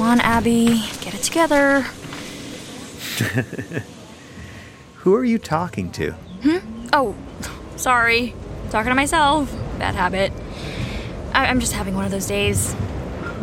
Abby, get it together. Who are you talking to? Oh, sorry. Talking to myself. Bad habit. I- I'm just having one of those days.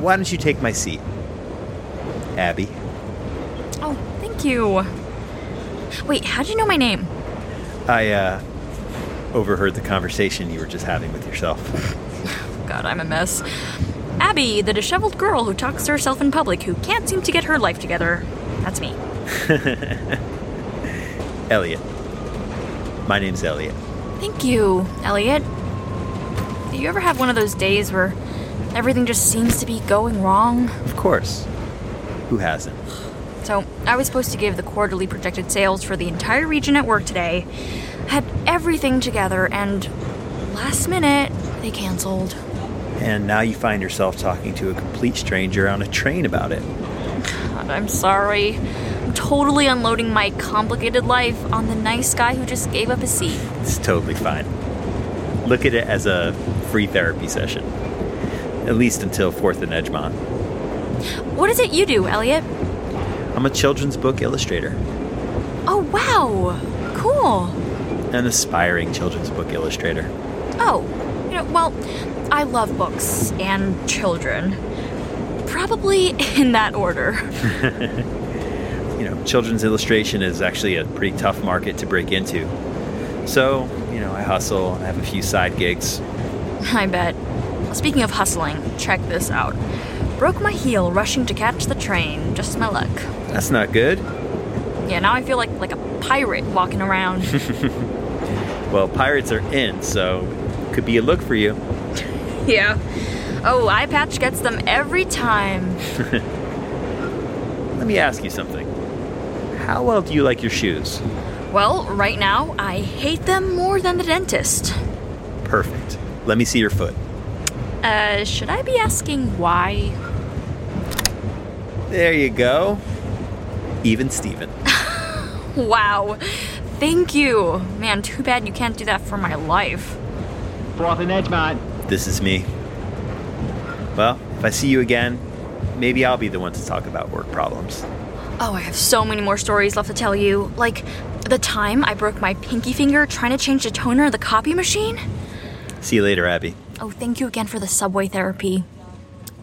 Why don't you take my seat? Abby. Oh, thank you. Wait, how'd you know my name? I, uh, overheard the conversation you were just having with yourself. God, I'm a mess. Abby, the disheveled girl who talks to herself in public who can't seem to get her life together. That's me. Elliot. My name's Elliot. Thank you, Elliot. Do you ever have one of those days where everything just seems to be going wrong? Of course. Who hasn't? So, I was supposed to give the quarterly projected sales for the entire region at work today. Had everything together, and last minute, they canceled. And now you find yourself talking to a complete stranger on a train about it. God, I'm sorry. I'm totally unloading my complicated life on the nice guy who just gave up his seat. It's totally fine. Look at it as a free therapy session. At least until 4th and Edgemont. What is it you do, Elliot? I'm a children's book illustrator, Oh, wow. Cool. an aspiring children's book illustrator. Oh, you know, well, I love books and children. Probably in that order. You know, children's illustration is actually a pretty tough market to break into. So, you know, I hustle, I have a few side gigs. I bet. Speaking of hustling, check this out. Broke my heel rushing to catch the train. Just my luck. That's not good. Yeah, now I feel like like a pirate walking around. Well, pirates are in, so could be a look for you. yeah. Oh, eye patch gets them every time. Let me ask you something. How well do you like your shoes? Well, right now I hate them more than the dentist. Perfect. Let me see your foot. Uh, should I be asking why? There you go. Even Steven. Wow. Thank you. Man, too bad you can't do that for my life. Fourth and Edgemont. This is me. Well, if I see you again, maybe I'll be the one to talk about work problems. Oh, I have so many more stories left to tell you. Like the time I broke my pinky finger trying to change the toner of the copy machine. See you later, Abby. Oh, thank you again for the subway therapy.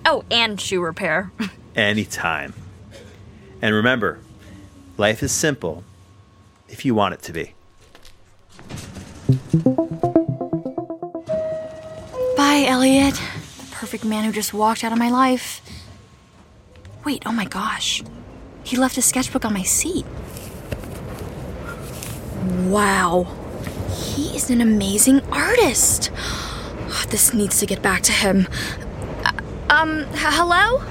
Oh, and shoe repair. Anytime. And remember, life is simple if you want it to be. Bye, Elliot. The perfect man who just walked out of my life. Wait, oh my gosh. He left his sketchbook on my seat. Wow. He is an amazing artist. Ah, This needs to get back to him. Uh, Um, h- hello?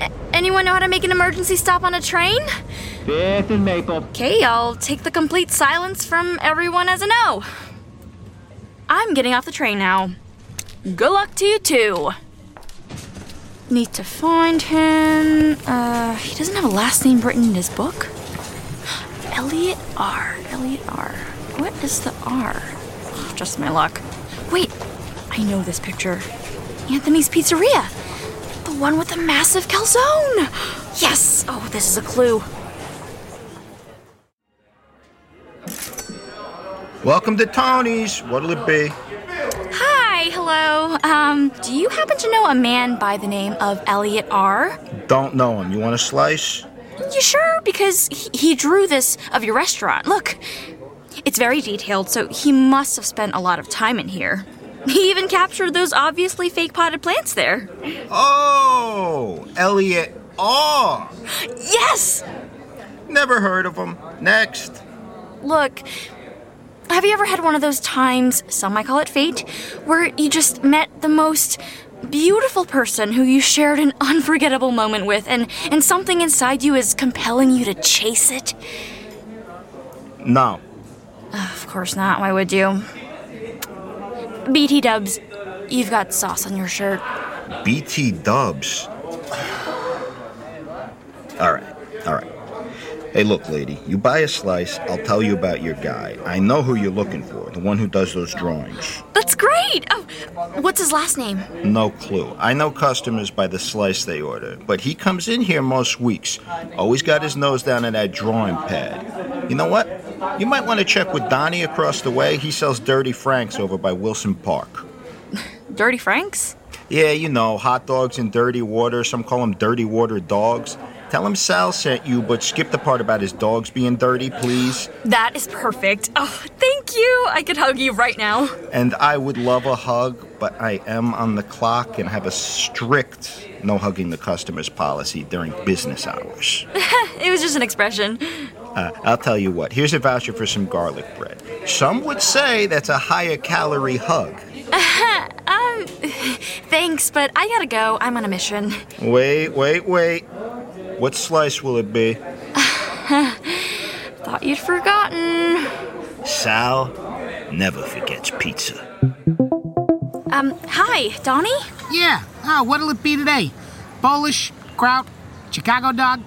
A- anyone know how to make an emergency stop on a train? Fifth and Maple. Okay, I'll take the complete silence from everyone as a no. I'm getting off the train now. Good luck to you too. Need to find him. Uh, he doesn't have a last name written in his book. Elliot R. Elliot R. What is the R? Oh, Just my luck. Wait, I know this picture. Anthony's Pizzeria. The one with the massive calzone. Yes. Oh, this is a clue. Welcome to Tony's. What'll it be? Hi, hello. Um, do you happen to know a man by the name of Elliot R? Don't know him. You want a slice? You sure? Because he, he drew this of your restaurant. Look, it's very detailed, so he must have spent a lot of time in here. He even captured those obviously fake potted plants there. Oh, Elliot R. Yes! Never heard of him. Next. Look, have you ever had one of those times, some might call it fate, where you just met the most beautiful person who you shared an unforgettable moment with, and, and something inside you is compelling you to chase it? No. Of course not, why would you? BT dubs, you've got sauce on your shirt. BT Dubs. All right, all right. Hey, look, lady, you buy a slice, I'll tell you about your guy. I know who you're looking for, the one who does those drawings. That's great! Oh, what's his last name? No clue. I know customers by the slice they order, but he comes in here most weeks. Always got his nose down in that drawing pad. You know what? You might want to check with Donnie across the way. He sells Dirty Franks over by Wilson Park. Dirty Franks? Yeah, you know, hot dogs in dirty water. Some call them dirty water dogs. Tell him Sal sent you, but skip the part about his dogs being dirty, please. That is perfect. Oh, thank you. I could hug you right now. And I would love a hug, but I am on the clock and have a strict no hugging the customers policy during business hours. It was just an expression. Uh, I'll tell you what, here's a voucher for some garlic bread. Some would say that's a higher calorie hug. Um, thanks, but I gotta go. I'm on a mission. Wait, wait, wait. What slice will it be? Thought you'd forgotten. Sal never forgets pizza. Um, hi, Donnie? Yeah. Oh, what'll it be today? Polish, kraut, Chicago dog.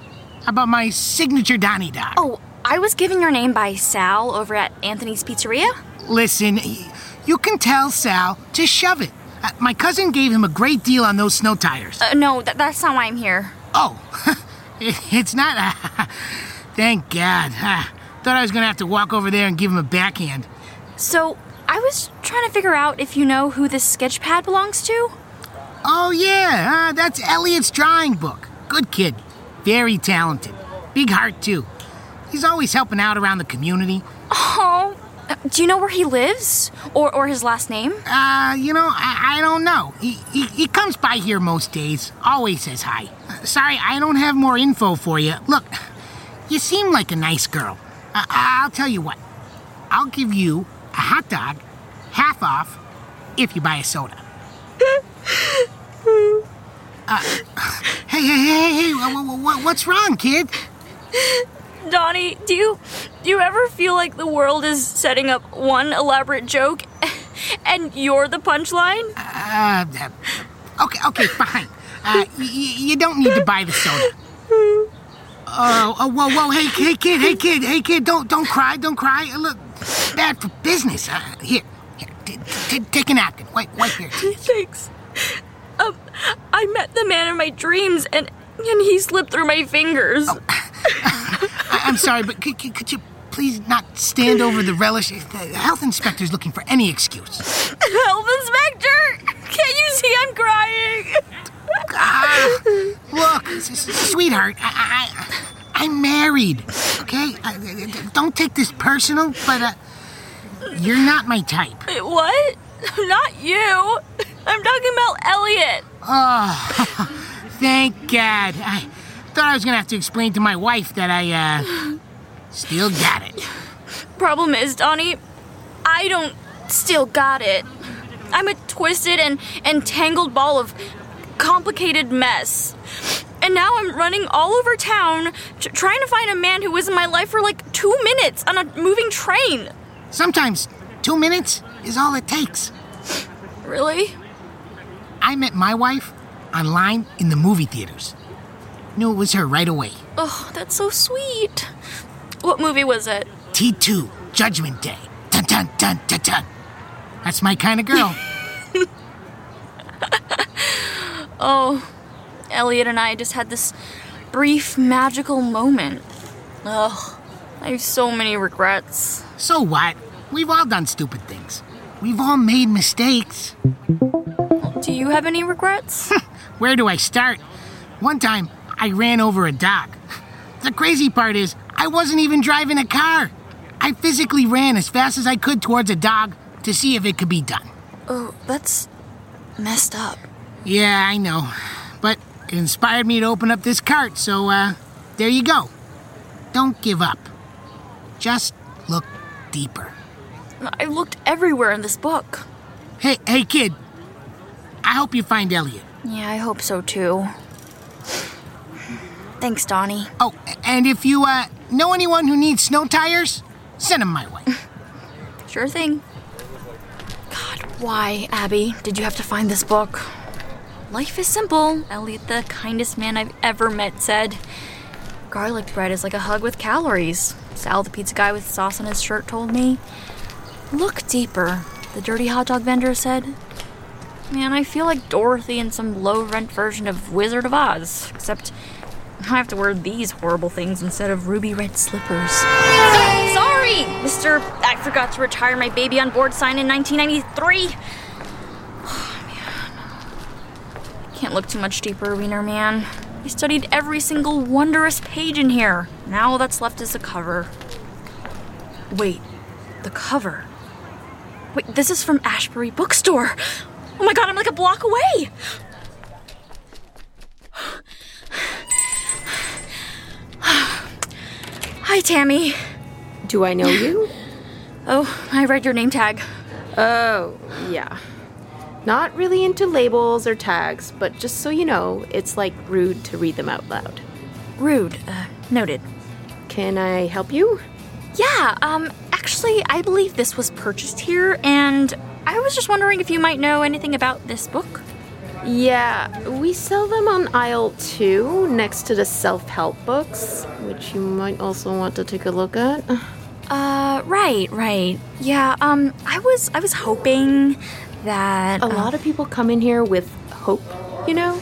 How about my signature Donnie dog? Oh, I was given your name by Sal over at Anthony's Pizzeria. Listen, y- you can tell Sal to shove it. Uh, my cousin gave him a great deal on those snow tires. Uh, no, that, that's not why I'm here. oh, it- it's not. thank God. Ah, thought I was gonna have to walk over there and give him a backhand. So, I was trying to figure out if you know who this sketch pad belongs to. Oh yeah, ah, that's Elliot's drawing book. Good kid, very talented, big heart too. He's always helping out around the community. Oh, uh, do you know where he lives? Or, or his last name? Uh, you know, I, I don't know. He, he, he comes by here most days, always says hi. Sorry, I don't have more info for you. Look, you seem like a nice girl. I, I'll tell you what, I'll give you a hot dog, half off, if you buy a soda. Uh, hey, hey, hey, hey, hey, wha- wha- wha- what's wrong, kid? Donnie, do you do you ever feel like the world is setting up one elaborate joke and you're the punchline? Uh, okay, okay, fine. Uh, y- y- you don't need to buy the soda. Oh, oh, whoa, whoa, hey, hey, kid, hey, kid, hey, kid, don't, don't cry, don't cry. Uh, Look, bad for business. Uh, here, here, t- t- take a napkin. Wipe, wipe your tears. Thanks. Um, I met the man of my dreams and and he slipped through my fingers. I- I'm sorry, but could, could, could you please not stand over the relish? The health inspector's looking for any excuse. Health inspector, can you see I'm crying? Ah, look, s- s- sweetheart, I, I, I- I'm married, okay? I- I- I- don't take this personal, but uh, you're not my type. Wait, what? Not you. I'm talking about Elliot. Thank God. I thought I was gonna have to explain to my wife that I uh, still got it. Problem is, Donnie, I don't still got it. I'm a twisted and, and tangled ball of complicated mess. And now I'm running all over town t- trying to find a man who was in my life for like two minutes on a moving train. Sometimes two minutes is all it takes. Really? I met my wife online in the movie theaters. Knew it was her right away. Oh, that's so sweet. What movie was it? T2, Judgment Day. Dun dun dun dun dun. That's my kind of girl. Oh, Elliot and I just had this brief magical moment. Ugh, I have so many regrets. so what? We've all done stupid things. We've all made mistakes. Do you have any regrets? Where do I start? One time, I ran over a dog. The crazy part is, I wasn't even driving a car. I physically ran as fast as I could towards a dog to see if it could be done. Oh, that's messed up. Yeah, I know. But it inspired me to open up this cart, so uh, there you go. Don't give up. Just look deeper. I looked everywhere in this book. Hey, hey, kid. I hope you find Elliot. Yeah, I hope so too. Thanks, Donnie. Oh, and if you uh, know anyone who needs snow tires, send them my way. Sure thing. God, why, Abby, did you have to find this book? Life is simple, Elliot, the kindest man I've ever met, said. Garlic bread is like a hug with calories, Sal, the pizza guy with sauce on his shirt, told me. Look deeper. the dirty hot dog vendor said. Man, I feel like Dorothy in some low rent version of Wizard of Oz, except I have to wear these horrible things instead of ruby red slippers. So- sorry, Mr. I forgot to retire my baby on board sign in 1993. Can't look too much deeper, Wiener Man. I studied every single wondrous page in here. Now all that's left is the cover. Wait, the cover? Wait, this is from Ashbury Bookstore. Oh my god, I'm like a block away. Hi, Tammy. Do I know you? Oh, I read your name tag. Oh, yeah. Not really into labels or tags, but just so you know, it's like rude to read them out loud. Rude. Uh, noted. Can I help you? Yeah, um, actually, I believe this was purchased here, and I was just wondering if you might know anything about this book. Yeah, we sell them on aisle two next to the self help books, which you might also want to take a look at. Uh, right, right. Yeah, um, I was, I was hoping that A lot of people come in here with hope, you know?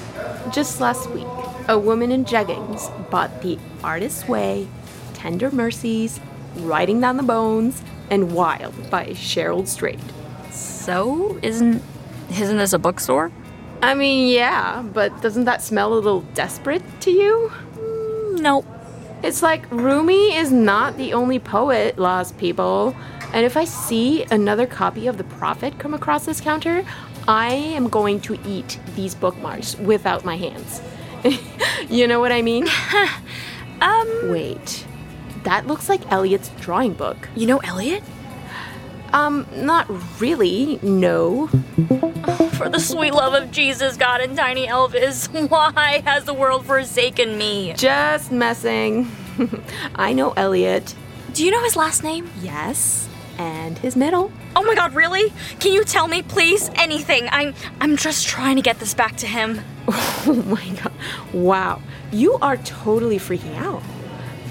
Just last week, a woman in jeggings bought The Artist's Way, Tender Mercies, Riding Down the Bones, and Wild by Cheryl Strait. uh, So isn't, isn't this a bookstore? I mean, yeah, but doesn't that smell a little desperate to you? Nope. It's like Rumi is not the only poet, lost people. And if I see another copy of The Prophet come across this counter, I am going to eat these bookmarks without my hands. you know what I mean? um. Wait. That looks like Elliot's drawing book. You know Elliot? Um, not really, no. For the sweet love of Jesus, God, and tiny Elvis, why has the world forsaken me? Just messing. I know Elliot. Do you know his last name? Yes. And his middle. Oh my god, really? Can you tell me, please? Anything. I'm I'm just trying to get this back to him. Oh my god. Wow. You are totally freaking out.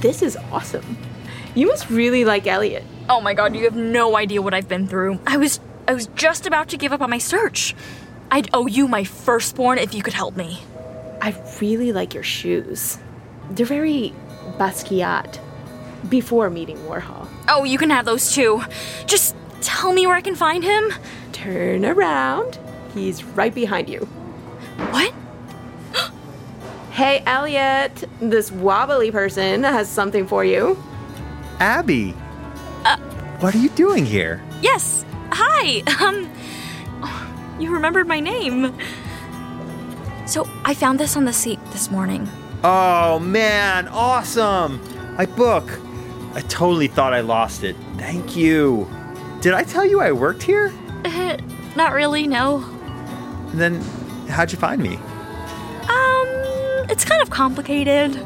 This is awesome. You must really like Elliot. Oh my god, you have no idea what I've been through. I was I was just about to give up on my search. I'd owe you my firstborn if you could help me. I really like your shoes. They're very Basquiat before meeting Warhol. Oh, you can have those too. Just tell me where I can find him. Turn around. He's right behind you. What? Hey, Elliot, this wobbly person has something for you. Abby, what are you doing here? Yes. Hi. Um you remembered my name. So, I found this on the seat this morning. Oh man, awesome! My book. I totally thought I lost it. Thank you. Did I tell you I worked here? Uh, not really, no. Then how'd you find me? Um, it's kind of complicated.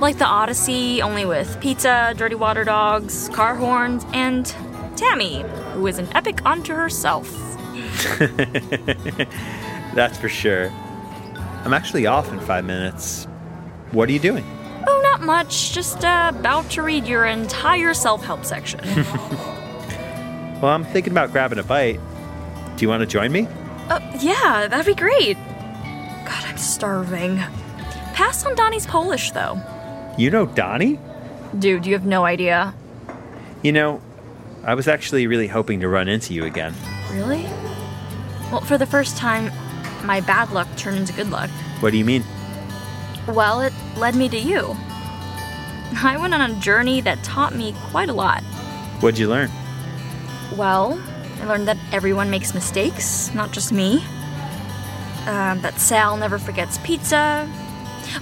like the Odyssey, only with pizza, dirty water dogs, car horns, and Tammy, who is an epic unto herself. That's for sure. I'm actually off in five minutes. What are you doing? Oh, not much, just uh, about to read your entire self help section. Oh, Well, I'm thinking about grabbing a bite. Do you want to join me? uh, yeah, that'd be great. God, I'm starving. Pass on Donnie's Polish, though. You know Donnie? Dude, you have no idea. You know, I was actually really hoping to run into you again. Really? Well, for the first time, my bad luck turned into good luck. What do you mean? Well, it led me to you. I went on a journey that taught me quite a lot. What'd you learn? Well, I learned that everyone makes mistakes, not just me. Um, that Sal never forgets pizza.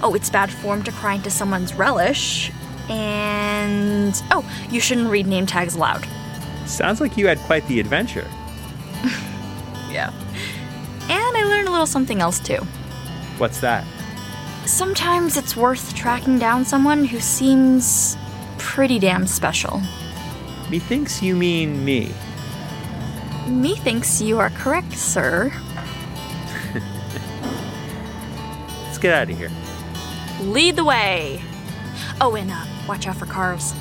Oh, it's bad form to cry into someone's relish. And oh, you shouldn't read name tags aloud. Sounds like you had quite the adventure. Yeah. And I learned a little something else too. What's that? Sometimes it's worth tracking down someone who seems pretty damn special. Methinks you mean me. Methinks you are correct, sir. Let's get out of here. Lead the way. Oh, and uh, watch out for cars.